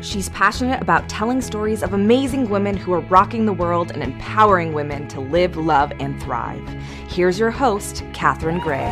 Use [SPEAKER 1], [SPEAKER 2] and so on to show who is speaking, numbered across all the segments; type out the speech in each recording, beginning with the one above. [SPEAKER 1] She's passionate about telling stories of amazing women who are rocking the world and empowering women to live, love, and thrive. Here's your host, Katherine Gray.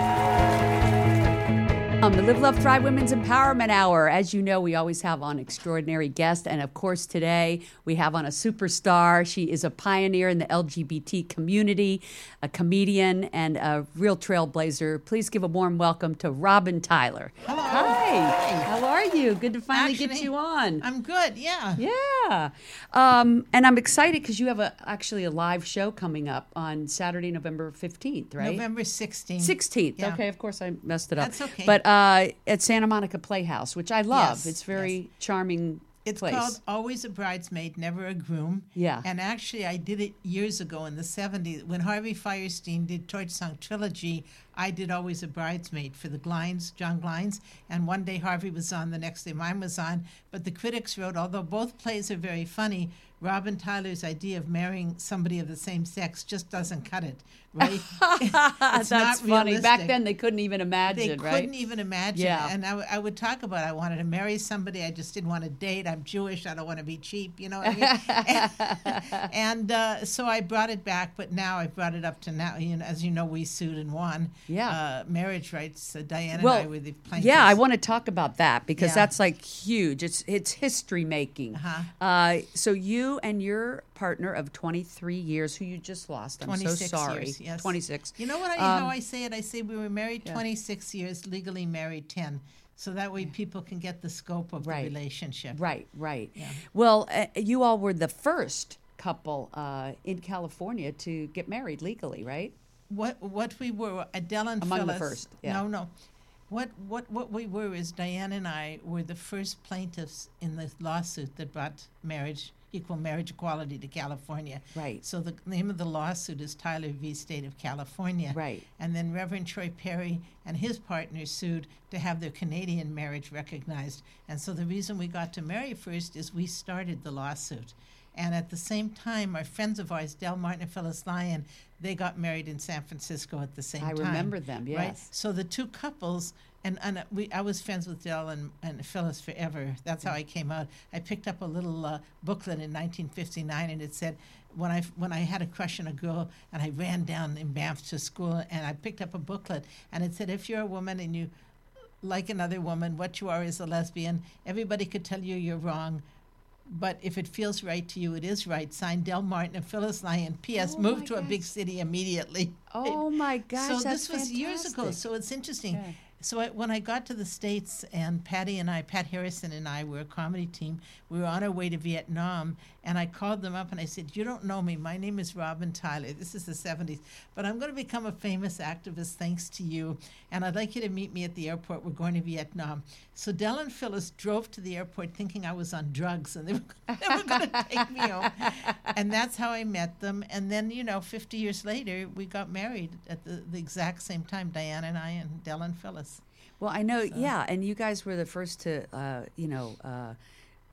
[SPEAKER 2] Um, the Live, Love, Thrive Women's Empowerment Hour. As you know, we always have on extraordinary guests. And of course, today we have on a superstar. She is a pioneer in the LGBT community, a comedian, and a real trailblazer. Please give a warm welcome to Robin Tyler. Hello. Hi. How are you? Good to finally get
[SPEAKER 3] Actually,
[SPEAKER 2] you on.
[SPEAKER 3] I'm good. Yeah.
[SPEAKER 2] yeah. Um, and I'm excited because you have a, actually a live show coming up on Saturday, November 15th, right?
[SPEAKER 3] November 16th.
[SPEAKER 2] 16th.
[SPEAKER 3] Yeah.
[SPEAKER 2] Okay, of course I messed it up.
[SPEAKER 3] That's okay.
[SPEAKER 2] But uh, at Santa Monica Playhouse, which I love.
[SPEAKER 3] Yes,
[SPEAKER 2] it's very
[SPEAKER 3] yes.
[SPEAKER 2] charming
[SPEAKER 3] It's
[SPEAKER 2] place.
[SPEAKER 3] called Always a Bridesmaid, Never a Groom.
[SPEAKER 2] Yeah.
[SPEAKER 3] And actually, I did it years ago in the 70s. When Harvey Firestein did Torch Song Trilogy, I did Always a Bridesmaid for the Glines, John Glines. And one day Harvey was on, the next day mine was on. But the critics wrote, although both plays are very funny, Robin Tyler's idea of marrying somebody of the same sex just doesn't cut it, right? It's
[SPEAKER 2] That's
[SPEAKER 3] not
[SPEAKER 2] funny. Back
[SPEAKER 3] realistic.
[SPEAKER 2] then they couldn't even imagine,
[SPEAKER 3] they
[SPEAKER 2] right?
[SPEAKER 3] couldn't even imagine.
[SPEAKER 2] Yeah.
[SPEAKER 3] And I, w- I would talk about I wanted to marry somebody. I just didn't want to date. I'm Jewish. I don't want to be cheap. You know. What I mean? and uh, so I brought it back, but now I brought it up to now. You know, as you know, we sued and won.
[SPEAKER 2] Yeah.
[SPEAKER 3] Uh, marriage rights. Uh, Diane
[SPEAKER 2] well,
[SPEAKER 3] and I were the plaintiffs.
[SPEAKER 2] yeah, I want to talk about that because
[SPEAKER 3] Yeah.
[SPEAKER 2] that's like huge. It's it's history making.
[SPEAKER 3] Uh-huh.
[SPEAKER 2] Uh, so you and your partner of 23 years, who you just lost, I'm so
[SPEAKER 3] 26
[SPEAKER 2] sorry, Um,
[SPEAKER 3] years, yes.
[SPEAKER 2] 26.
[SPEAKER 3] You know what? I, how I say it? I say we were married 26 years, legally married 10. So that way people can get the scope of
[SPEAKER 2] Right.
[SPEAKER 3] the relationship.
[SPEAKER 2] Right, right. Well, uh, you all were the first couple uh, in California to get married legally, right?
[SPEAKER 3] what what we were Adele and
[SPEAKER 2] Among the
[SPEAKER 3] Phyllis-
[SPEAKER 2] first, yeah.
[SPEAKER 3] No, no. What what what we were is Diane and I were the first plaintiffs in the lawsuit that brought marriage equal marriage equality to California.
[SPEAKER 2] Right.
[SPEAKER 3] So the name of the lawsuit is Tyler v. State of California.
[SPEAKER 2] Right.
[SPEAKER 3] And then Reverend Troy Perry and his partner sued to have their Canadian marriage recognized. And so the reason we got to marry first is we started the lawsuit. And at the same time, our friends of ours, Del Martin and Phyllis Lyon, they got married in San Francisco at the same
[SPEAKER 2] I
[SPEAKER 3] time.
[SPEAKER 2] remember them,
[SPEAKER 3] Right?
[SPEAKER 2] yes.
[SPEAKER 3] So the two couples, and, and we, I was friends with Del and, and Phyllis forever. That's how I came out. I picked up a little uh, booklet in 1959, and it said, when I, when I had a crush on a girl, and I ran down in Banff to school, and I picked up a booklet, and it said, if you're a woman and you like another woman, what you are is a lesbian, everybody could tell you you're wrong. But if it feels right to you, it is right. Signed Del Martin and Phyllis Lyon. P.S.
[SPEAKER 2] Oh
[SPEAKER 3] Move
[SPEAKER 2] my
[SPEAKER 3] to a big
[SPEAKER 2] gosh.
[SPEAKER 3] city immediately.
[SPEAKER 2] Oh my gosh,
[SPEAKER 3] So
[SPEAKER 2] that's
[SPEAKER 3] this was years ago.
[SPEAKER 2] fantastic.
[SPEAKER 3] So it's interesting.
[SPEAKER 2] Yeah.
[SPEAKER 3] So I, when I got to the states, and Patty and I, Pat Harrison and I, were a comedy team. We were on our way to Vietnam, and I called them up and I said, "You don't know me. My name is Robin Tyler. This is the '70s, but I'm going to become a famous activist thanks to you. And I'd like you to meet me at the airport. We're going to Vietnam." So Dell and Phyllis drove to the airport thinking I was on drugs, and they were, they were going to take me home. And that's how I met them. And then, you know, 50 years later, we got married at the, the exact same time, Diane and I and Dell and Phyllis.
[SPEAKER 2] Well, I know, yeah, and you guys were the first to, uh, you know, uh,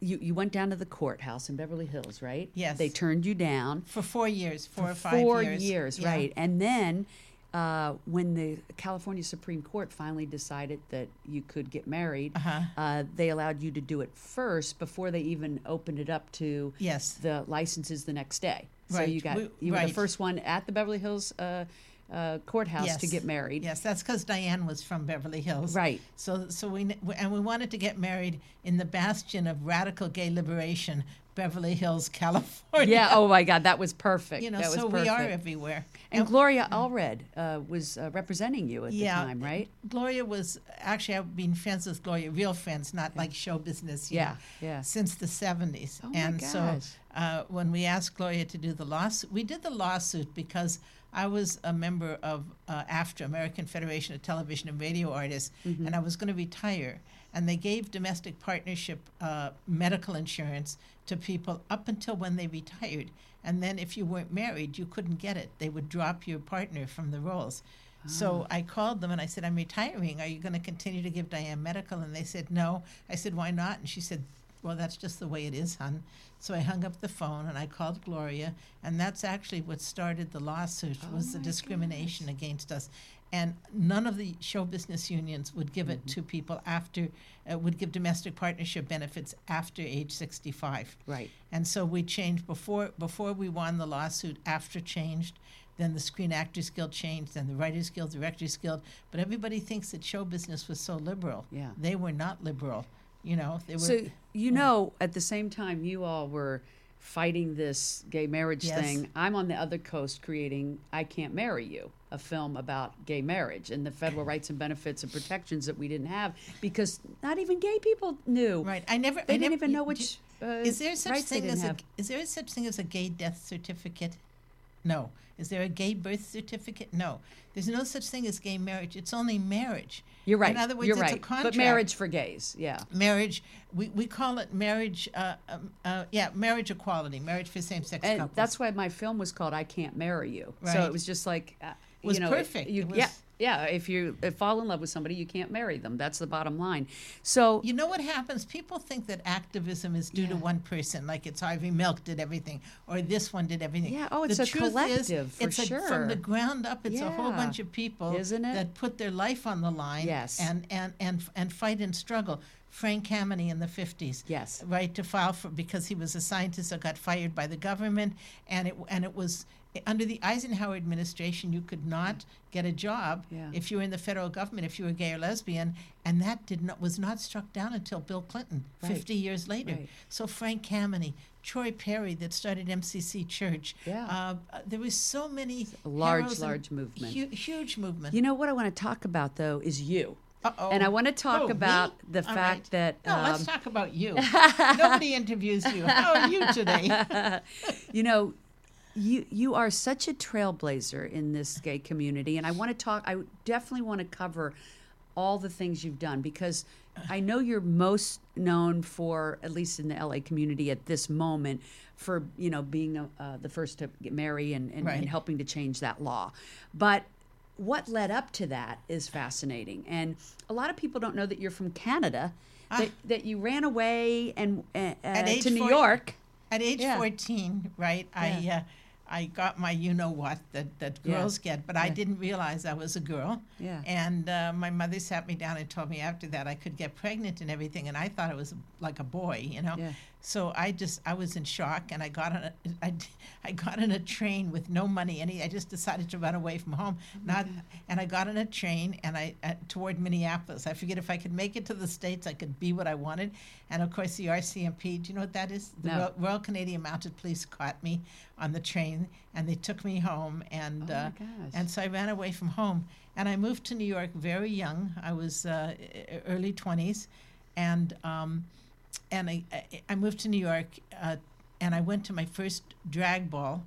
[SPEAKER 2] you you went down to the courthouse in Beverly Hills, right?
[SPEAKER 3] Yes.
[SPEAKER 2] They turned you down
[SPEAKER 3] For four years, four or five
[SPEAKER 2] four
[SPEAKER 3] years.
[SPEAKER 2] years,
[SPEAKER 3] Yeah.
[SPEAKER 2] right? And then. Uh, when the California Supreme Court finally decided that you could get married,
[SPEAKER 3] Uh-huh.
[SPEAKER 2] uh they allowed you to do it first before they even opened it up to
[SPEAKER 3] Yes.
[SPEAKER 2] the licenses the next day. So
[SPEAKER 3] Right.
[SPEAKER 2] you got
[SPEAKER 3] We-
[SPEAKER 2] you were the
[SPEAKER 3] right.
[SPEAKER 2] first one at the Beverly Hills uh, uh, courthouse to
[SPEAKER 3] Yes.
[SPEAKER 2] get married.
[SPEAKER 3] Yes, that's because Diane was from Beverly Hills.
[SPEAKER 2] Right.
[SPEAKER 3] So, so we kn- and we wanted to get married in the bastion of radical gay liberation, Beverly Hills, California.
[SPEAKER 2] Yeah. Oh my God, that was perfect.
[SPEAKER 3] You know,
[SPEAKER 2] that was
[SPEAKER 3] so
[SPEAKER 2] perfect.
[SPEAKER 3] we are everywhere.
[SPEAKER 2] And Gloria Allred uh, was uh, representing you at the time, right?
[SPEAKER 3] Gloria was actually I've been friends with Gloria, real friends, not like show business. you
[SPEAKER 2] Yeah,
[SPEAKER 3] know,
[SPEAKER 2] yeah.
[SPEAKER 3] Since the seventies,
[SPEAKER 2] Oh my
[SPEAKER 3] and so
[SPEAKER 2] gosh.
[SPEAKER 3] uh, when we asked Gloria to do the lawsuit, we did the lawsuit because I was a member of uh, AFTRA, American Federation of Television and Radio Artists,
[SPEAKER 2] Mm-hmm.
[SPEAKER 3] and I was going to retire. And they gave domestic partnership uh, medical insurance to people up until when they retired. And then if you weren't married, you couldn't get it. They would drop your partner from the rolls.
[SPEAKER 2] Oh.
[SPEAKER 3] So I called them and I said, I'm retiring. Are you going to continue to give Diane medical? And they said, no. I said, why not? And she said, well, that's just the way it is, hon. So I hung up the phone and I called
[SPEAKER 2] Oh
[SPEAKER 3] Gloria, and that's actually what started the lawsuit was the discrimination against us. and none of the show business unions would give
[SPEAKER 2] Mm-hmm.
[SPEAKER 3] it to people after uh, would give domestic partnership benefits after age 65
[SPEAKER 2] Right.
[SPEAKER 3] and so we changed before before we won the lawsuit after changed then the screen actors guild changed then the writers guild directors guild but everybody thinks that show business was so liberal
[SPEAKER 2] Yeah.
[SPEAKER 3] they were not liberal you know they were
[SPEAKER 2] So you know, at the same time, you all were fighting this gay marriage
[SPEAKER 3] Yes.
[SPEAKER 2] thing. I'm on the other coast creating "I Can't Marry You," a film about gay marriage and the federal rights and benefits and protections that we didn't have because not even gay people knew.
[SPEAKER 3] right i never
[SPEAKER 2] They
[SPEAKER 3] I
[SPEAKER 2] didn't
[SPEAKER 3] never-
[SPEAKER 2] even know
[SPEAKER 3] you-
[SPEAKER 2] which. Uh,
[SPEAKER 3] is there such
[SPEAKER 2] rights they
[SPEAKER 3] thing
[SPEAKER 2] didn't
[SPEAKER 3] as a,
[SPEAKER 2] have.
[SPEAKER 3] is there such thing as a gay death certificate? No. Is there a gay birth certificate? No. There's no such thing as gay marriage. It's only marriage.
[SPEAKER 2] You're right.
[SPEAKER 3] In other words,
[SPEAKER 2] You're
[SPEAKER 3] it's
[SPEAKER 2] right.
[SPEAKER 3] a contract.
[SPEAKER 2] But marriage for gays, yeah.
[SPEAKER 3] marriage. We, we call it marriage. Uh, um, uh, yeah, marriage equality. Marriage for same-sex
[SPEAKER 2] And
[SPEAKER 3] couples.
[SPEAKER 2] that's why my film was called "I Can't Marry You." So
[SPEAKER 3] Right.
[SPEAKER 2] it was just like, uh,
[SPEAKER 3] was
[SPEAKER 2] you know,
[SPEAKER 3] perfect.
[SPEAKER 2] You,
[SPEAKER 3] It was-
[SPEAKER 2] yeah, yeah. If you uh fall in love with somebody, you can't marry them. That's the bottom line. So
[SPEAKER 3] You know what happens? People think that activism is due to
[SPEAKER 2] Yeah.
[SPEAKER 3] one person, like it's Harvey Milk did everything, or this one did everything.
[SPEAKER 2] Yeah, oh, it's
[SPEAKER 3] the
[SPEAKER 2] a
[SPEAKER 3] truth
[SPEAKER 2] collective,
[SPEAKER 3] Is,
[SPEAKER 2] for
[SPEAKER 3] it's a, from
[SPEAKER 2] sure.
[SPEAKER 3] the ground up. It's a whole
[SPEAKER 2] Yeah.
[SPEAKER 3] bunch of people,
[SPEAKER 2] Isn't it?
[SPEAKER 3] that put their life on the line.
[SPEAKER 2] Yes.
[SPEAKER 3] and and and and fight and struggle. Frank Kameny in the fifties.
[SPEAKER 2] Yes.
[SPEAKER 3] right to file for because he was a scientist that got fired by the government, and it and it was. Under the Eisenhower administration, you could not get a job
[SPEAKER 2] Yeah.
[SPEAKER 3] if you were in the federal government, if you were gay or lesbian, and that did not was not struck down until Bill Clinton,
[SPEAKER 2] Right.
[SPEAKER 3] 50 years later.
[SPEAKER 2] Right.
[SPEAKER 3] So Frank Kameny, Troy Perry, that started MCC Church.
[SPEAKER 2] Yeah.
[SPEAKER 3] Uh, uh, there was so many
[SPEAKER 2] a large,
[SPEAKER 3] heroes and
[SPEAKER 2] large movement.
[SPEAKER 3] hu- huge movement.
[SPEAKER 2] You know what I want to talk about though is you.
[SPEAKER 3] Uh-oh.
[SPEAKER 2] And I want to talk
[SPEAKER 3] Oh, me?
[SPEAKER 2] about the
[SPEAKER 3] All
[SPEAKER 2] fact
[SPEAKER 3] right.
[SPEAKER 2] that
[SPEAKER 3] No, let's
[SPEAKER 2] um,
[SPEAKER 3] talk about you. Nobody interviews you. How are you today?
[SPEAKER 2] you know you you are such a trailblazer in this gay community and I want to talk I definitely want to cover all the things you've done because I know you're most known for at least in the LA community at this moment for you know being uh, the first to get married and and,
[SPEAKER 3] Right.
[SPEAKER 2] and helping to change that law but what led up to that is fascinating and a lot of people don't know that you're from Canada that, that you ran away and uh, uh,
[SPEAKER 3] Ah. age
[SPEAKER 2] to New
[SPEAKER 3] four-
[SPEAKER 2] York
[SPEAKER 3] At age
[SPEAKER 2] Yeah.
[SPEAKER 3] 14, right,
[SPEAKER 2] Yeah.
[SPEAKER 3] I uh, I got my you know what that, that
[SPEAKER 2] Yeah.
[SPEAKER 3] girls get, but I didn't realize I was a girl.
[SPEAKER 2] Yeah.
[SPEAKER 3] And uh, my mother sat me down and told me after that I could get pregnant and everything, and I thought it was like a boy, you know.
[SPEAKER 2] Yeah.
[SPEAKER 3] So I just I was in shock, and I got on a I, d- I got on a train with no money, and I just decided to run away from home.
[SPEAKER 2] Mm-hmm.
[SPEAKER 3] Not and I got on a train and I uh, toward Minneapolis. I figured if I could make it to the states, I could be what I wanted. And of course, the RCMP. Do you know what that is? The
[SPEAKER 2] No.
[SPEAKER 3] Royal, Royal Canadian Mounted Police caught me on the train, and they took me home. And
[SPEAKER 2] Oh my
[SPEAKER 3] uh,
[SPEAKER 2] gosh.
[SPEAKER 3] and so I ran away from home, and I moved to New York very young. I was uh, e- early twenties, and um, and I, I I moved to New York, uh, and I went to my first drag ball,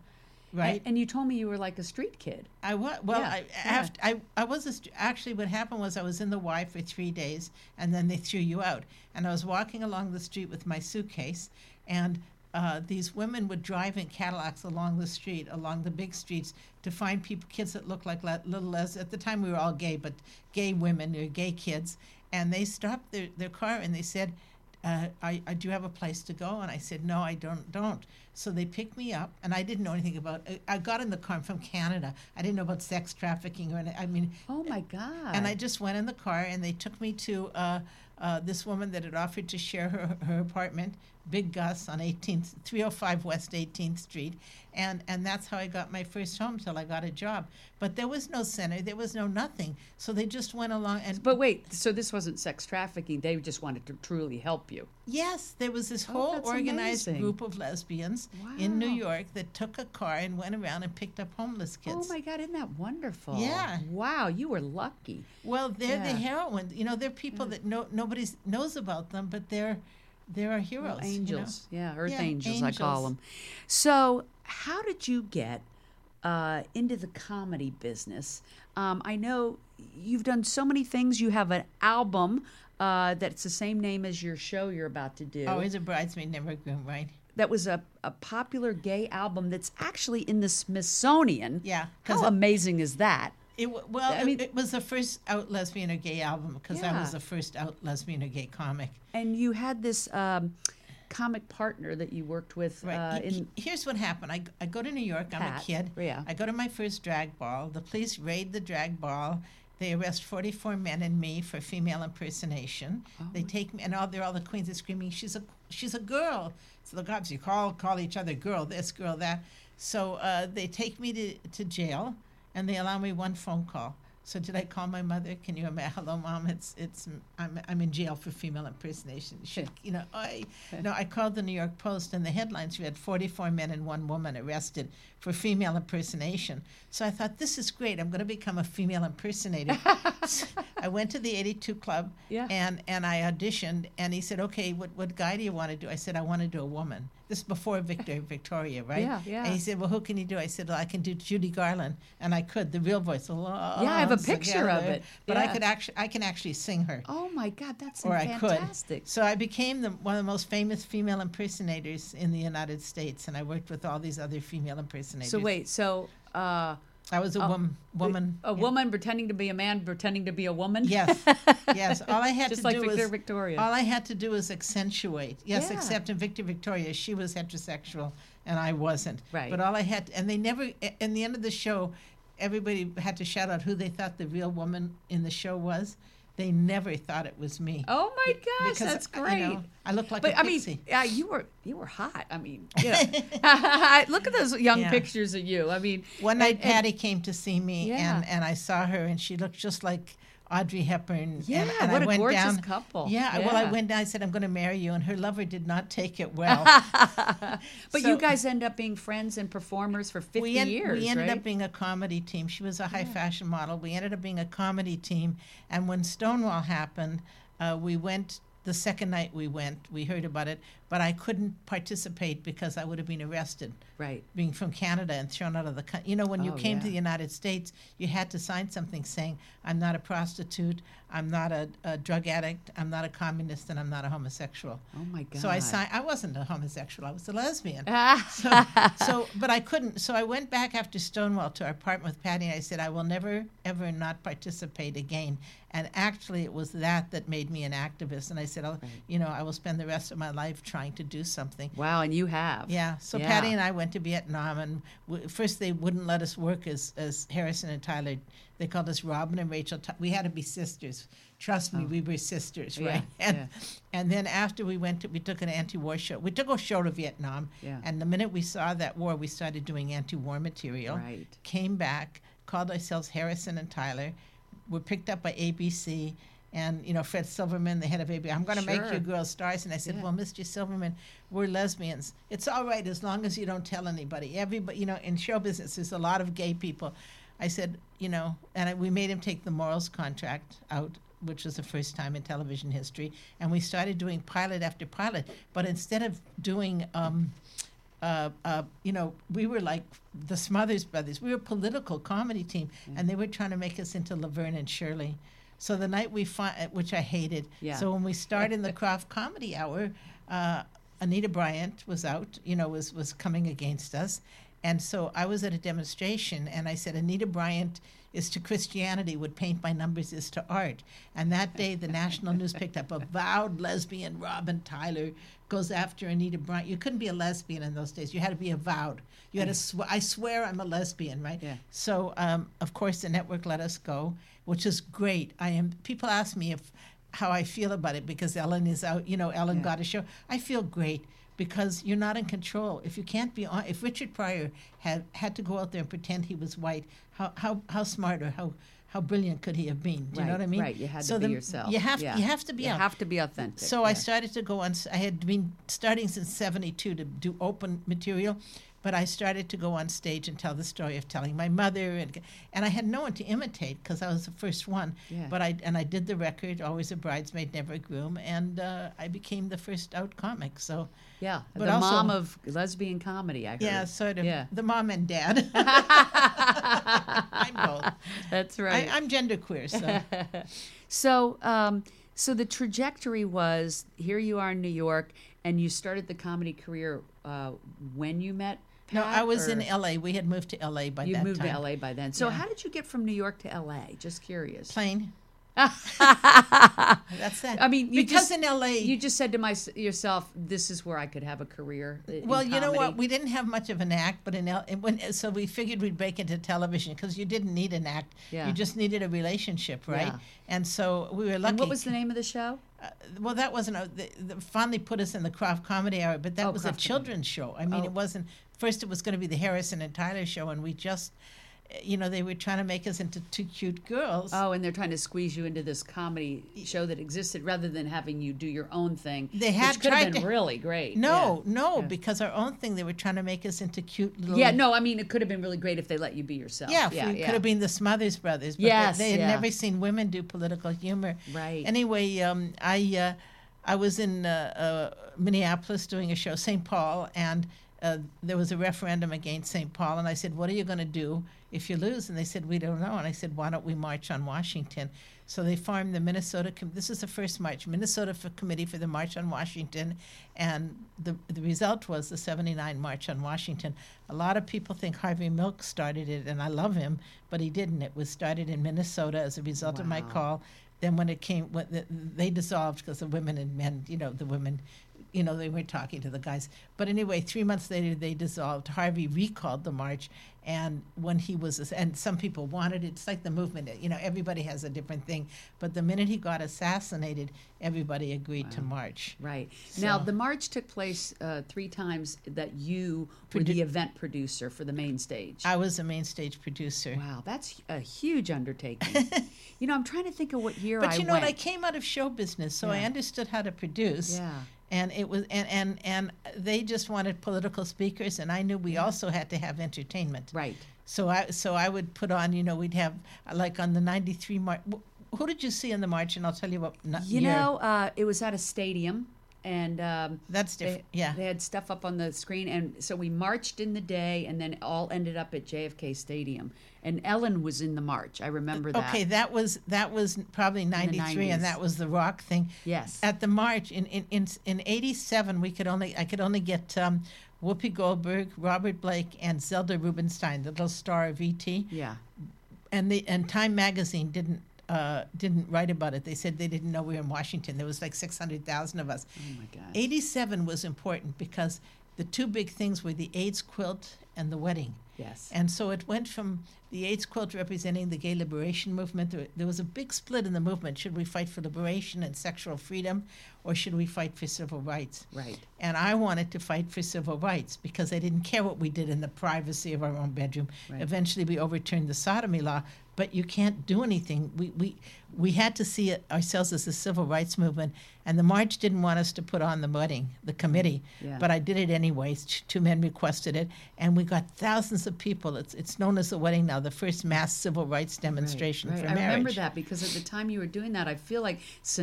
[SPEAKER 2] A-
[SPEAKER 3] right?
[SPEAKER 2] And, you told me you were like a street kid.
[SPEAKER 3] I was well.
[SPEAKER 2] Yeah,
[SPEAKER 3] I,
[SPEAKER 2] yeah.
[SPEAKER 3] After, I I was a st- actually what happened was I was in the Y for three days, and then they threw you out. And I was walking along the street with my suitcase, and uh, these women were driving Cadillacs along the street, along the big streets, to find people, kids that looked like le- little les. At the time, we were all gay, but gay women or gay kids, and they stopped their, their car and they said. Uh, I, I do have a place to go, and I said no, I don't. Don't. So they picked me up, and I didn't know anything about. I, I got in the car I'm from Canada. I didn't know about sex trafficking or. Any, I mean,
[SPEAKER 2] Oh my God.
[SPEAKER 3] and I just went in the car, and they took me to uh, uh, this woman that had offered to share her, her apartment, Big Gus on 18th, 305 West 18th Street, and and that's how I got my first home till I got a job. But there was no center, there was no nothing. So they just went along and.
[SPEAKER 2] but wait, so this wasn't sex trafficking. They just wanted to truly help you.
[SPEAKER 3] Yes, there was this
[SPEAKER 2] Oh,
[SPEAKER 3] whole
[SPEAKER 2] that's
[SPEAKER 3] organized
[SPEAKER 2] amazing.
[SPEAKER 3] group of lesbians in New
[SPEAKER 2] Wow.
[SPEAKER 3] York that took a car and went around and picked up homeless kids.
[SPEAKER 2] Oh my God, isn't that wonderful?
[SPEAKER 3] Yeah.
[SPEAKER 2] Wow, you were lucky.
[SPEAKER 3] Well, they're the
[SPEAKER 2] Yeah. Mm.
[SPEAKER 3] heroines. You know, they're people that no nobody knows about them, but they're they're our heroes. you know?
[SPEAKER 2] angels. Yeah, earth
[SPEAKER 3] Yeah,
[SPEAKER 2] angels, I call
[SPEAKER 3] angels.
[SPEAKER 2] them. So, how did you get uh, into the comedy business? Um, I know you've done so many things. You have an album uh, that's the same name as your show you're about to do.
[SPEAKER 3] Always Oh, a bridesmaid, never a groom, right?
[SPEAKER 2] that was a, a popular gay album that's actually in the Smithsonian.
[SPEAKER 3] Yeah, 'cause
[SPEAKER 2] How
[SPEAKER 3] it-
[SPEAKER 2] amazing is that?
[SPEAKER 3] It wa- well,
[SPEAKER 2] I
[SPEAKER 3] it-
[SPEAKER 2] mean-
[SPEAKER 3] it, was the first out lesbian or gay album because I
[SPEAKER 2] Yeah.
[SPEAKER 3] was the first out lesbian or gay comic.
[SPEAKER 2] And you had this um, comic partner that you worked with
[SPEAKER 3] Right.
[SPEAKER 2] uh,
[SPEAKER 3] He-
[SPEAKER 2] in
[SPEAKER 3] he- Here's what happened. I, g- I go to New York. I'm a
[SPEAKER 2] Pat,
[SPEAKER 3] kid.
[SPEAKER 2] yeah.
[SPEAKER 3] I go to my first drag ball. The police raid the drag ball. They arrest 44 men and me for female impersonation.
[SPEAKER 2] Oh
[SPEAKER 3] They take me, and all they're all the queens are screaming, "She's a she's a girl!" So the cops you call call each other girl this, girl that. So uh, they take me to, to jail, and they allow me one phone call. So did I call my mother? Can you imagine? Hello, mom. It's it's I'm I'm in jail for female impersonation. Should you know? I no. I called the New York Post, and the headlines read 44 men and one woman arrested for female impersonation. So I thought this is great. I'm going to become a female impersonator. So I went to the 82 Club,
[SPEAKER 2] Yeah.
[SPEAKER 3] and and I auditioned. And he said, okay, what what guy do you want to do? I said, I want to do a woman. This is before Victor Victoria, right?
[SPEAKER 2] Yeah, yeah.
[SPEAKER 3] And he said, well, who can you do? I said, well, I can do Judy Garland, and I could the real voice. "Hello,
[SPEAKER 2] Yeah, I have a
[SPEAKER 3] arms
[SPEAKER 2] picture of
[SPEAKER 3] together.
[SPEAKER 2] it.
[SPEAKER 3] But I
[SPEAKER 2] Yeah.
[SPEAKER 3] could actually, I can actually sing her,
[SPEAKER 2] oh my god that's
[SPEAKER 3] or I could.
[SPEAKER 2] fantastic
[SPEAKER 3] So I became the, one of the most famous female impersonators in the United States, and I worked with all these other female impersonators.
[SPEAKER 2] so wait so uh,
[SPEAKER 3] I was a wom- woman.
[SPEAKER 2] a woman pretending to be a man pretending to be a woman
[SPEAKER 3] Yes, yes. All I had
[SPEAKER 2] Just
[SPEAKER 3] to
[SPEAKER 2] like
[SPEAKER 3] do
[SPEAKER 2] Victor
[SPEAKER 3] was
[SPEAKER 2] Victoria.
[SPEAKER 3] All I had to do was accentuate. Yes,
[SPEAKER 2] Yeah.
[SPEAKER 3] except in Victor Victoria, she was heterosexual and I wasn't.
[SPEAKER 2] Right.
[SPEAKER 3] But all I had, and they never. a- In the end of the show, everybody had to shout out who they thought the real woman in the show was. They never thought it was me.
[SPEAKER 2] oh my
[SPEAKER 3] Be-
[SPEAKER 2] gosh
[SPEAKER 3] because,
[SPEAKER 2] that's
[SPEAKER 3] you
[SPEAKER 2] great
[SPEAKER 3] know, I look like
[SPEAKER 2] but
[SPEAKER 3] a
[SPEAKER 2] I mean,
[SPEAKER 3] pixie.
[SPEAKER 2] yeah, you were you were hot. I mean, you know. look at those young
[SPEAKER 3] Yeah.
[SPEAKER 2] pictures of you. I mean,
[SPEAKER 3] One
[SPEAKER 2] and-
[SPEAKER 3] night, Patty came to see me,
[SPEAKER 2] Yeah.
[SPEAKER 3] and, and I saw her, and she looked just like Audrey Hepburn.
[SPEAKER 2] Yeah,
[SPEAKER 3] and, and
[SPEAKER 2] what
[SPEAKER 3] I
[SPEAKER 2] a
[SPEAKER 3] went
[SPEAKER 2] gorgeous
[SPEAKER 3] down,
[SPEAKER 2] couple.
[SPEAKER 3] Yeah, well, I
[SPEAKER 2] Yeah.
[SPEAKER 3] went down. I said, "I'm going to marry you," and her lover did not take it well.
[SPEAKER 2] But
[SPEAKER 3] So-
[SPEAKER 2] you guys end up being friends and performers for 50
[SPEAKER 3] we, en-
[SPEAKER 2] years,
[SPEAKER 3] we ended
[SPEAKER 2] right?
[SPEAKER 3] up being a comedy team. She was a high fashion model. We ended up being a comedy team. And when Stonewall happened, uh, we went. The second night we went, we heard about it, but I couldn't participate because I would have been arrested.
[SPEAKER 2] right.
[SPEAKER 3] being from Canada and thrown out of the country. You know, when you
[SPEAKER 2] Oh,
[SPEAKER 3] came to
[SPEAKER 2] yeah.
[SPEAKER 3] the United States, you had to sign something saying, I'm not a prostitute, I'm not a, a drug addict, I'm not a communist, and I'm not a homosexual.
[SPEAKER 2] Oh my god.
[SPEAKER 3] So I signed, I wasn't a homosexual, I was a lesbian. so, so, but I couldn't. So I went back after Stonewall to our apartment with Patty and I said, I will never, ever not participate again. And actually, it was that that made me an activist. And I said, I'll, you know, I will spend the rest of my life trying to do something.
[SPEAKER 2] Wow, and you have.
[SPEAKER 3] Yeah. So
[SPEAKER 2] Yeah.
[SPEAKER 3] Patty and I went to Vietnam, and w- first they wouldn't let us work as as Harrison and Tyler. They called us Robin and Rachel. Ty- we had to be sisters. Trust me, we were sisters,
[SPEAKER 2] Oh. Yeah,
[SPEAKER 3] right? And,
[SPEAKER 2] yeah.
[SPEAKER 3] and then after we went, to, we took an anti-war show. We took a show to Vietnam,
[SPEAKER 2] Yeah.
[SPEAKER 3] and the minute we saw that war, we started doing anti-war material.
[SPEAKER 2] Right.
[SPEAKER 3] Came back, called ourselves Harrison and Tyler. Were picked up by ABC. And you know Fred Silverman, the head of ABC, I'm going to make
[SPEAKER 2] Sure.
[SPEAKER 3] you girl stars. And I said,
[SPEAKER 2] Yeah.
[SPEAKER 3] well, Mr. Silverman, we're lesbians. It's all right as long as you don't tell anybody. Everybody, you know, in show business, there's a lot of gay people. I said, you know, and I, we made him take the morals contract out, which was the first time in television history. And we started doing pilot after pilot. But instead of doing, um, uh, uh, you know, we were like the Smothers Brothers. We were a political comedy team,
[SPEAKER 2] Mm.
[SPEAKER 3] and they were trying to make us into Laverne and Shirley. So the night we fi- uh, which I hated.
[SPEAKER 2] Yeah.
[SPEAKER 3] So when we started in the Croft Comedy Hour, uh, Anita Bryant was out. You know, was was coming against us, and so I was at a demonstration, and I said Anita Bryant is to Christianity what paint by numbers is to art. And that day, the national news picked up avowed lesbian Robin Tyler goes after Anita Bryant. You couldn't be a lesbian in those days. You had to be avowed. You had to. Sw- I swear I'm a lesbian, right?
[SPEAKER 2] Yeah.
[SPEAKER 3] So um, of course the network let us go, which is great. I am. People ask me if how I feel about it because Ellen is out. You know, Ellen got a show. I feel great because you're not in control. If you can't be on, if Richard Pryor had had to go out there and pretend he was white, how how how smart or how how brilliant could he have been? Do you know
[SPEAKER 2] Right,
[SPEAKER 3] what I mean?
[SPEAKER 2] Right, you had
[SPEAKER 3] So
[SPEAKER 2] to be
[SPEAKER 3] the-
[SPEAKER 2] yourself.
[SPEAKER 3] You have
[SPEAKER 2] Yeah.
[SPEAKER 3] you have to be
[SPEAKER 2] You
[SPEAKER 3] out.
[SPEAKER 2] have to be authentic.
[SPEAKER 3] So I
[SPEAKER 2] yeah.
[SPEAKER 3] started to go on. s- I had been starting since '72 to do open material, but I started to go on stage and tell the story of telling my mother, and g- and I had no one to imitate because I was the first one.
[SPEAKER 2] Yeah.
[SPEAKER 3] But I and I did the record, always a bridesmaid, never a groom, and uh, I became the first out comic. So
[SPEAKER 2] Yeah,
[SPEAKER 3] but
[SPEAKER 2] the
[SPEAKER 3] also-
[SPEAKER 2] mom of lesbian comedy, I heard.
[SPEAKER 3] yeah, sort of
[SPEAKER 2] Yeah.
[SPEAKER 3] the mom and dad. I'm both.
[SPEAKER 2] That's right.
[SPEAKER 3] I, I'm genderqueer, so
[SPEAKER 2] so, um, so the trajectory was here you are in New York and you started the comedy career uh, when you met Pat,
[SPEAKER 3] no, I was in
[SPEAKER 2] or-
[SPEAKER 3] L.A. We had moved to L.A. by
[SPEAKER 2] You
[SPEAKER 3] that
[SPEAKER 2] moved
[SPEAKER 3] time.
[SPEAKER 2] to LA by then. So
[SPEAKER 3] Yeah.
[SPEAKER 2] how did you get from New York to LA? Just curious.
[SPEAKER 3] Plane. That's that.
[SPEAKER 2] I mean, you
[SPEAKER 3] because
[SPEAKER 2] just-
[SPEAKER 3] in LA,
[SPEAKER 2] You just said to my, yourself, "This is where I could have a career." i- in
[SPEAKER 3] well, you know what?
[SPEAKER 2] comedy."
[SPEAKER 3] We didn't have much of an act, but in L- and when, so we figured we'd break into television because you didn't need an act.
[SPEAKER 2] Yeah.
[SPEAKER 3] You just needed a relationship, right?
[SPEAKER 2] Yeah.
[SPEAKER 3] And so we were lucky.
[SPEAKER 2] and what was the name of the show?
[SPEAKER 3] Uh, well, that wasn't a. The, the, finally, put us in the Croft Comedy Hour, but that
[SPEAKER 2] Oh,
[SPEAKER 3] was
[SPEAKER 2] Croft
[SPEAKER 3] a
[SPEAKER 2] Comedy.
[SPEAKER 3] children's show. I mean,
[SPEAKER 2] Oh.
[SPEAKER 3] it wasn't. First, it was going to be the Harrison and Tyler show, and we just, uh, you know, they were trying to make us into two cute girls.
[SPEAKER 2] Oh, and they're trying to squeeze you into this comedy show that existed rather than having you do your own thing.
[SPEAKER 3] They had
[SPEAKER 2] which could have
[SPEAKER 3] tried
[SPEAKER 2] been
[SPEAKER 3] to-
[SPEAKER 2] really great.
[SPEAKER 3] no,
[SPEAKER 2] yeah.
[SPEAKER 3] no, because our own thing, they were trying to make us into cute little.
[SPEAKER 2] Yeah, no, I mean it could have been really great if they let you be yourself.
[SPEAKER 3] Yeah,
[SPEAKER 2] yeah,
[SPEAKER 3] it
[SPEAKER 2] yeah.
[SPEAKER 3] could have been the Smothers Brothers. But they-
[SPEAKER 2] Yes,
[SPEAKER 3] they, had
[SPEAKER 2] yeah.
[SPEAKER 3] never seen women do political humor.
[SPEAKER 2] Right.
[SPEAKER 3] Anyway, um, I uh, I was in uh, uh, Minneapolis doing a show, St. Paul, and uh, there was a referendum against St. Paul, and I said, "What are you going to do if you lose?" And they said, "We don't know." And I said, "Why don't we march on Washington?" So they formed the Minnesota. Com- this is the first march, Minnesota for Committee for the March on Washington, and the the result was the '79 March on Washington. A lot of people think Harvey Milk started it, and I love him, but he didn't. It was started in Minnesota as a result of my call. Then when it came, when the, they dissolved because the women and men, you know, the women, you know, they were talking to the guys. But anyway, three months later they dissolved. Harvey recalled the march, and when he was, and some people wanted it. It's like the movement, you know, everybody has a different thing. But the minute he got assassinated, everybody agreed to march.
[SPEAKER 2] Right. Now,
[SPEAKER 3] So-
[SPEAKER 2] the march took place uh, three times that you were the event producer for the main stage.
[SPEAKER 3] I was a main stage producer.
[SPEAKER 2] wow, that's a huge undertaking. you know, I'm trying to think of what year
[SPEAKER 3] But
[SPEAKER 2] I
[SPEAKER 3] you know
[SPEAKER 2] went.
[SPEAKER 3] what? I came out of show business, so I
[SPEAKER 2] Yeah.
[SPEAKER 3] understood how to produce.
[SPEAKER 2] Yeah.
[SPEAKER 3] And it was and, and and they just wanted political speakers, and I knew we also had to have entertainment.
[SPEAKER 2] Right.
[SPEAKER 3] So I so I would put on, you know, we'd have like on the '93 march. Who did you see on the march? And I'll tell you what. Not
[SPEAKER 2] You
[SPEAKER 3] year.
[SPEAKER 2] know, uh, it was at a stadium, and um,
[SPEAKER 3] that's
[SPEAKER 2] they,
[SPEAKER 3] different. yeah.
[SPEAKER 2] they had stuff up on the screen, and so we marched in the day, and then all ended up at JFK Stadium. And Ellen was in the march. I remember that.
[SPEAKER 3] Okay, that was that was probably '93,
[SPEAKER 2] 90s.
[SPEAKER 3] and that was the rock thing.
[SPEAKER 2] Yes.
[SPEAKER 3] At the march in in in, in '87, we could only I could only get um, Whoopi Goldberg, Robert Blake, and Zelda Rubinstein, the little star of ET.
[SPEAKER 2] Yeah.
[SPEAKER 3] and the and Time magazine didn't uh, didn't write about it. They said they didn't know we were in Washington. There was like six hundred thousand of us.
[SPEAKER 2] Oh my God.
[SPEAKER 3] Eighty-seven was important because the two big things were the AIDS quilt and the wedding.
[SPEAKER 2] Yes.
[SPEAKER 3] And so it went from the AIDS quilt representing the gay liberation movement. There, there was a big split in the movement. Should we fight for liberation and sexual freedom, or should we fight for civil rights?
[SPEAKER 2] Right.
[SPEAKER 3] And I wanted to fight for civil rights because I didn't care what we did in the privacy of our own bedroom.
[SPEAKER 2] Right.
[SPEAKER 3] Eventually, we overturned the sodomy law, but you can't do anything. We, we, we had to see it ourselves as a civil rights movement. And the march didn't want us to put on the wedding, the committee,
[SPEAKER 2] Yeah.
[SPEAKER 3] but I did it anyways. T- Two men requested it, and we got thousands of people. It's, it's known as the wedding now, the first mass civil rights demonstration
[SPEAKER 2] Right,
[SPEAKER 3] for
[SPEAKER 2] I
[SPEAKER 3] marriage.
[SPEAKER 2] remember that because at the time you were doing that, I feel like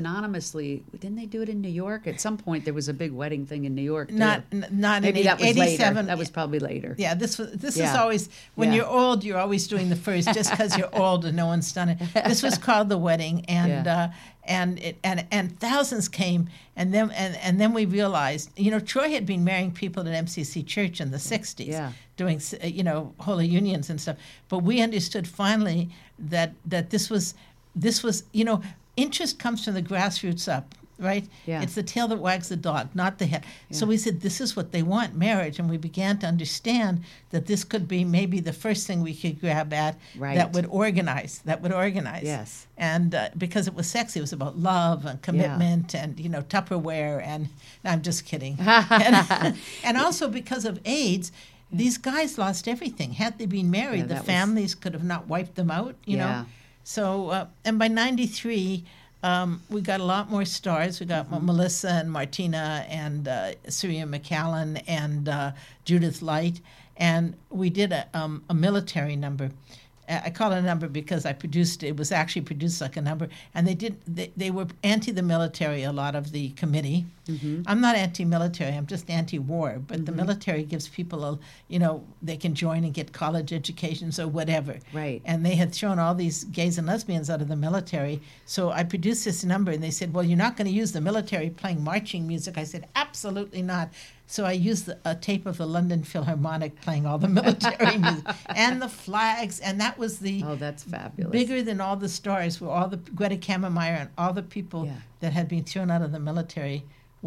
[SPEAKER 2] synonymously, didn't they do it in New York? At some point, there was a big wedding thing in New York. too.
[SPEAKER 3] Not, n- not
[SPEAKER 2] maybe
[SPEAKER 3] in
[SPEAKER 2] that was later.
[SPEAKER 3] 87.
[SPEAKER 2] That was probably later.
[SPEAKER 3] Yeah, this was this is
[SPEAKER 2] Yeah.
[SPEAKER 3] always when
[SPEAKER 2] Yeah.
[SPEAKER 3] you're old, you're always doing the first just because you're old and no one's done it. This was called the wedding, and
[SPEAKER 2] Yeah.
[SPEAKER 3] uh, and it and and thousands came, and then and, and then we realized, you know, Troy had been marrying people at MCC Church in the '60s,
[SPEAKER 2] Yeah.
[SPEAKER 3] doing s- uh, you know holy unions and stuff. But we understood finally that that this was this was you know interest comes from the grassroots up. Right?
[SPEAKER 2] Yeah.
[SPEAKER 3] It's the tail that wags the dog, not the head. So we said, this is what they want marriage. And we began to understand that this could be maybe the first thing we could grab at
[SPEAKER 2] Right.
[SPEAKER 3] that would organize, that would organize.
[SPEAKER 2] Yes.
[SPEAKER 3] And uh, because it was sexy, it was about love and commitment and, you know, Tupperware. And no, I'm just kidding. and, and also because of AIDS. These guys lost everything. Had they been married,
[SPEAKER 2] Yeah,
[SPEAKER 3] the
[SPEAKER 2] that was-
[SPEAKER 3] families could have not wiped them out, you
[SPEAKER 2] Yeah.
[SPEAKER 3] know? So, uh, and by 93, um, we got a lot more stars. We got Melissa and Martina and uh, Surya McCallan and uh, Judith Light. And we did a, um, a military number. Uh, I call it a number because I produced it. It was actually produced like a number. And they did. They, they were anti the military. A lot of the committee. I'm not anti-military. I'm just anti-war. But the military gives people a, you know, they can join and get college educations or whatever
[SPEAKER 2] Right.
[SPEAKER 3] and they had thrown all these gays and lesbians out of the military. So I produced this number, and they said, "Well, you're not going to use the military playing marching music." I said, "Absolutely not." So I used the, a tape of the London Philharmonic playing all the military music and the flags, and that was the
[SPEAKER 2] Oh, that's fabulous.
[SPEAKER 3] bigger than all the stars were all the Greta Kammermeyer and all the people
[SPEAKER 2] Yeah.
[SPEAKER 3] that had been thrown out of the military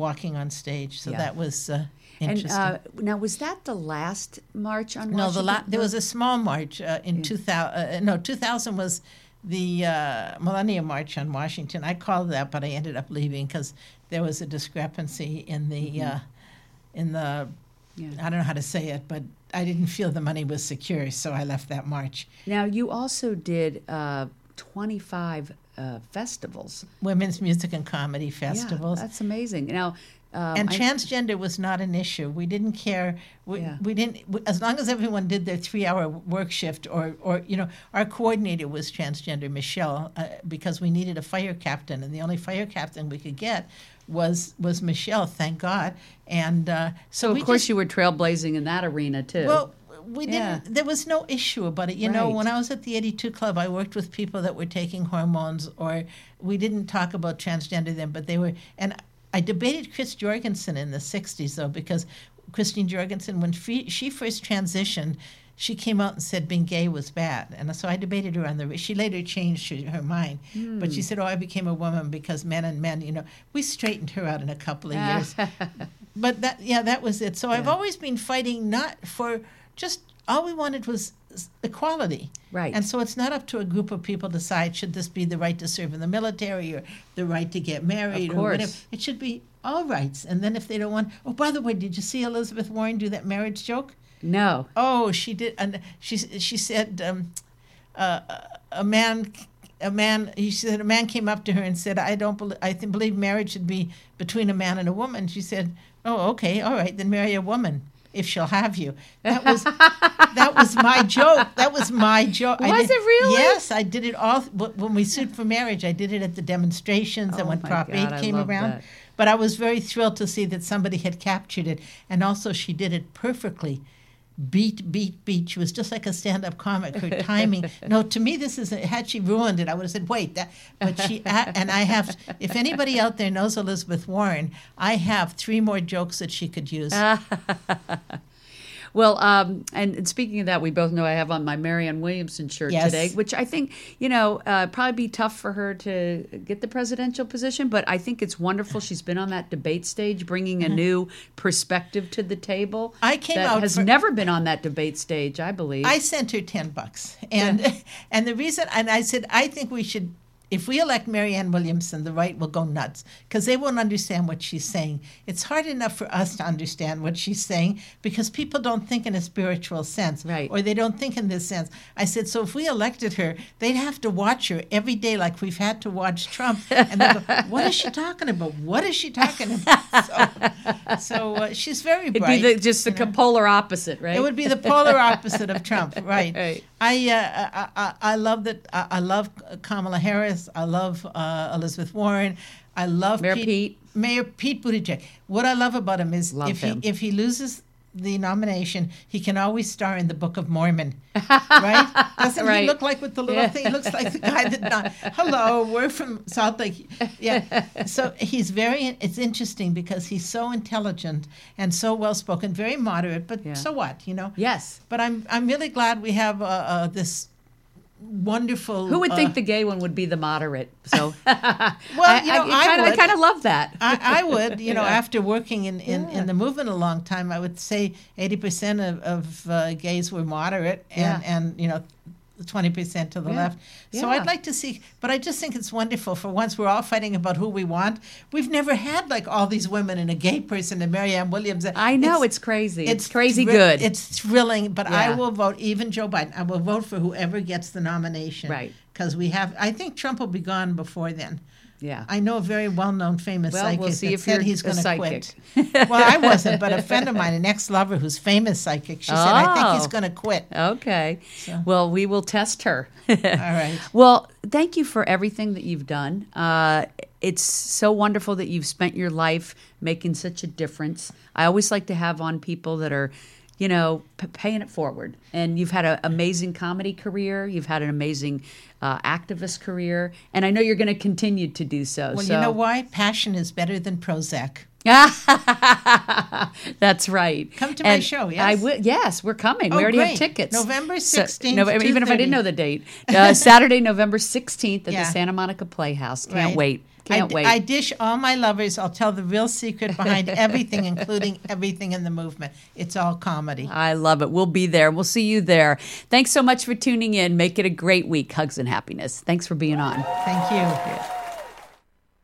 [SPEAKER 3] walking on stage. So
[SPEAKER 2] Yeah.
[SPEAKER 3] that was uh,
[SPEAKER 2] and
[SPEAKER 3] interesting.
[SPEAKER 2] uh, now, was that the last march on
[SPEAKER 3] no,
[SPEAKER 2] Washington?
[SPEAKER 3] the la- there was a small march uh,
[SPEAKER 2] Mm.
[SPEAKER 3] in 2000. Uh, no, 2000 was the uh, Millennium March on Washington. I called that, but I ended up leaving because there was a discrepancy in the uh, in the
[SPEAKER 2] Mm-hmm. Yeah.
[SPEAKER 3] I don't know how to say it, but I didn't feel the money was secure, so I left that march.
[SPEAKER 2] Now, you also did uh, 25 uh, festivals.
[SPEAKER 3] Women's Music and Comedy Festivals.
[SPEAKER 2] Yeah, that's amazing. Now, um,
[SPEAKER 3] and
[SPEAKER 2] I-
[SPEAKER 3] transgender was not an issue. We didn't care. We,
[SPEAKER 2] Yeah.
[SPEAKER 3] we didn't. w as long as everyone did their three-hour work shift, or or you know, our coordinator was transgender Michelle uh, because we needed a fire captain, and the only fire captain we could get was was Michelle. Thank God. And uh, so
[SPEAKER 2] of
[SPEAKER 3] we
[SPEAKER 2] course,
[SPEAKER 3] just-
[SPEAKER 2] you were trailblazing in that arena too.
[SPEAKER 3] well, we didn't.
[SPEAKER 2] Yeah.
[SPEAKER 3] There was no issue about it. You know,
[SPEAKER 2] Right.
[SPEAKER 3] when I was at the '82 Club, I worked with people that were taking hormones, or we didn't talk about transgender then, but they were. And I debated Chris Jorgensen in the '60s though, because Christine Jorgensen, when she, she first transitioned. She came out and said being gay was bad, and so I debated her on the. She later changed her- her mind, but
[SPEAKER 2] Hmm.
[SPEAKER 3] she said, "Oh, I became a woman because men and men, you know." We straightened her out in a couple of
[SPEAKER 2] Ah.
[SPEAKER 3] years, but that yeah that was it so i've
[SPEAKER 2] Yeah.
[SPEAKER 3] always been fighting not for just all we wanted was s- equality
[SPEAKER 2] Right.
[SPEAKER 3] and so it's not up to a group of people to decide should this be the right to serve in the military or the right to get married or whatever
[SPEAKER 2] course.
[SPEAKER 3] it should be all rights and then if they don't want oh by the way did you see elizabeth warren do that marriage joke
[SPEAKER 2] no.
[SPEAKER 3] Oh, she did, and she she said um, uh, a man a man he said a man came up to her and said I don't believe I think believe marriage should be between a man and a woman. She said, Oh, okay, all right, then marry a woman if she'll have you. That was that was my joke. That was my joke. I
[SPEAKER 2] Was
[SPEAKER 3] did-
[SPEAKER 2] it really?
[SPEAKER 3] Yes, I did it all wh- when we sued for marriage. I did it at the demonstrations
[SPEAKER 2] Oh
[SPEAKER 3] and when
[SPEAKER 2] my
[SPEAKER 3] Prop
[SPEAKER 2] God,
[SPEAKER 3] 8
[SPEAKER 2] I
[SPEAKER 3] came
[SPEAKER 2] love
[SPEAKER 3] around.
[SPEAKER 2] that.
[SPEAKER 3] But I was very thrilled to see that somebody had captured it. And also, she did it perfectly. Beat, beat, beat. She was just like a stand up comic. Her timing. no, to me, this is, had she ruined it, I would have said, wait. That, but she, a- and I have, if anybody out there knows Elizabeth Warren, I have three more jokes that she could
[SPEAKER 2] Oh,
[SPEAKER 3] use.
[SPEAKER 2] Well, um, and, and speaking of that, we both know I have on my Marianne Williamson shirt
[SPEAKER 3] Yes.
[SPEAKER 2] today, which I think you know uh, probably be tough for her to get the presidential position, but I think it's wonderful she's been on that debate stage, bringing a new perspective to the table.
[SPEAKER 3] Mm-hmm. I came
[SPEAKER 2] that
[SPEAKER 3] out
[SPEAKER 2] has
[SPEAKER 3] for-
[SPEAKER 2] never been on that debate stage, I believe.
[SPEAKER 3] I sent her ten bucks, and and the reason, and I said, I think we should, if we elect Marianne Williamson, the right will go nuts because they won't understand what she's saying. It's hard enough for us to understand what she's saying because people don't think in a spiritual sense,
[SPEAKER 2] Right.
[SPEAKER 3] Or they don't think in this sense. I said, so if we elected her, they'd have to watch her every day like we've had to watch Trump, and they go, what is she talking about? What is she talking about? So, so uh, she's very
[SPEAKER 2] It'd
[SPEAKER 3] bright.
[SPEAKER 2] be the, just the polar opposite, right?
[SPEAKER 3] It would be the polar opposite of Trump, right?
[SPEAKER 2] Right.
[SPEAKER 3] I, uh, I, I I love that. I, I love Kamala Harris. I love uh, Elizabeth Warren. I love
[SPEAKER 2] Mayor Pete.
[SPEAKER 3] Mayor Pete Buttigieg. What I love about him is
[SPEAKER 2] Love
[SPEAKER 3] if
[SPEAKER 2] him.
[SPEAKER 3] he if he loses the nomination, he can always star in the Book of Mormon, right? Doesn't
[SPEAKER 2] Right.
[SPEAKER 3] he look like with the little
[SPEAKER 2] Yeah.
[SPEAKER 3] thing? He looks like the guy that. Not, Hello, we're from Salt Lake. Yeah. So he's very. It's interesting because he's so intelligent and so well spoken, very moderate. But
[SPEAKER 2] Yeah.
[SPEAKER 3] so what, you know?
[SPEAKER 2] yes.
[SPEAKER 3] But I'm I'm really glad we have uh, uh, this wonderful.
[SPEAKER 2] Who would
[SPEAKER 3] uh,
[SPEAKER 2] think the gay one would be the moderate? So,
[SPEAKER 3] Well, you know, I,
[SPEAKER 2] kinda,
[SPEAKER 3] would.
[SPEAKER 2] kind of love that.
[SPEAKER 3] I, I would, you know,
[SPEAKER 2] Yeah.
[SPEAKER 3] after working in, in, in the movement a long time, I would say 80% of, of uh, gays were moderate and,
[SPEAKER 2] Yeah.
[SPEAKER 3] and you know, 20% to the
[SPEAKER 2] Yeah.
[SPEAKER 3] left. So
[SPEAKER 2] Yeah.
[SPEAKER 3] I'd like to see, but I just think it's wonderful. For once, we're all fighting about who we want. We've never had like all these women and a gay person and Mary Ann Williams.
[SPEAKER 2] I know it's, crazy. It's, crazy good.
[SPEAKER 3] It's thrilling, but I
[SPEAKER 2] Yeah.
[SPEAKER 3] will vote even Joe Biden. I will vote for whoever gets the nomination.
[SPEAKER 2] Right.
[SPEAKER 3] Because we have, I think Trump will be gone before then.
[SPEAKER 2] yeah.
[SPEAKER 3] I know a very well-known famous
[SPEAKER 2] Well,
[SPEAKER 3] psychic
[SPEAKER 2] we'll see
[SPEAKER 3] that
[SPEAKER 2] if
[SPEAKER 3] said
[SPEAKER 2] you're
[SPEAKER 3] he's
[SPEAKER 2] a
[SPEAKER 3] going to
[SPEAKER 2] psychic.
[SPEAKER 3] quit. well, I wasn't, but a friend of mine, an ex-lover who's famous psychic, she said, "I think he's
[SPEAKER 2] Oh.
[SPEAKER 3] going to quit."
[SPEAKER 2] Okay. Well, we will test her.
[SPEAKER 3] All right.
[SPEAKER 2] Well, thank you for everything that you've done. Uh, it's so wonderful that you've spent your life making such a difference. I always like to have on people that are, you know, p- paying it forward. And you've had an amazing comedy career. You've had an amazing uh, activist career, and I know you're going to continue to do so.
[SPEAKER 3] Well,
[SPEAKER 2] so
[SPEAKER 3] you know why? Passion is better than Prozac.
[SPEAKER 2] That's right.
[SPEAKER 3] Come to my
[SPEAKER 2] And
[SPEAKER 3] show,
[SPEAKER 2] I
[SPEAKER 3] yes.
[SPEAKER 2] will. Yes, we're coming.
[SPEAKER 3] Oh,
[SPEAKER 2] we already have
[SPEAKER 3] great.
[SPEAKER 2] tickets.
[SPEAKER 3] November
[SPEAKER 2] So-
[SPEAKER 3] 16th,
[SPEAKER 2] Nov- even if I didn't
[SPEAKER 3] 2:30.
[SPEAKER 2] know the date, uh, Saturday, November sixteenth at
[SPEAKER 3] Yeah.
[SPEAKER 2] the Santa Monica Playhouse. Can't
[SPEAKER 3] Right.
[SPEAKER 2] wait.
[SPEAKER 3] I
[SPEAKER 2] Can't
[SPEAKER 3] d-
[SPEAKER 2] wait.
[SPEAKER 3] I dish all my lovers. I'll tell the real secret behind everything, including everything in the movement. It's all comedy.
[SPEAKER 2] I love it. We'll be there. We'll see you there. Thanks so much for tuning in. Make it a great week. Hugs and happiness. Thanks for being on.
[SPEAKER 3] Thank you.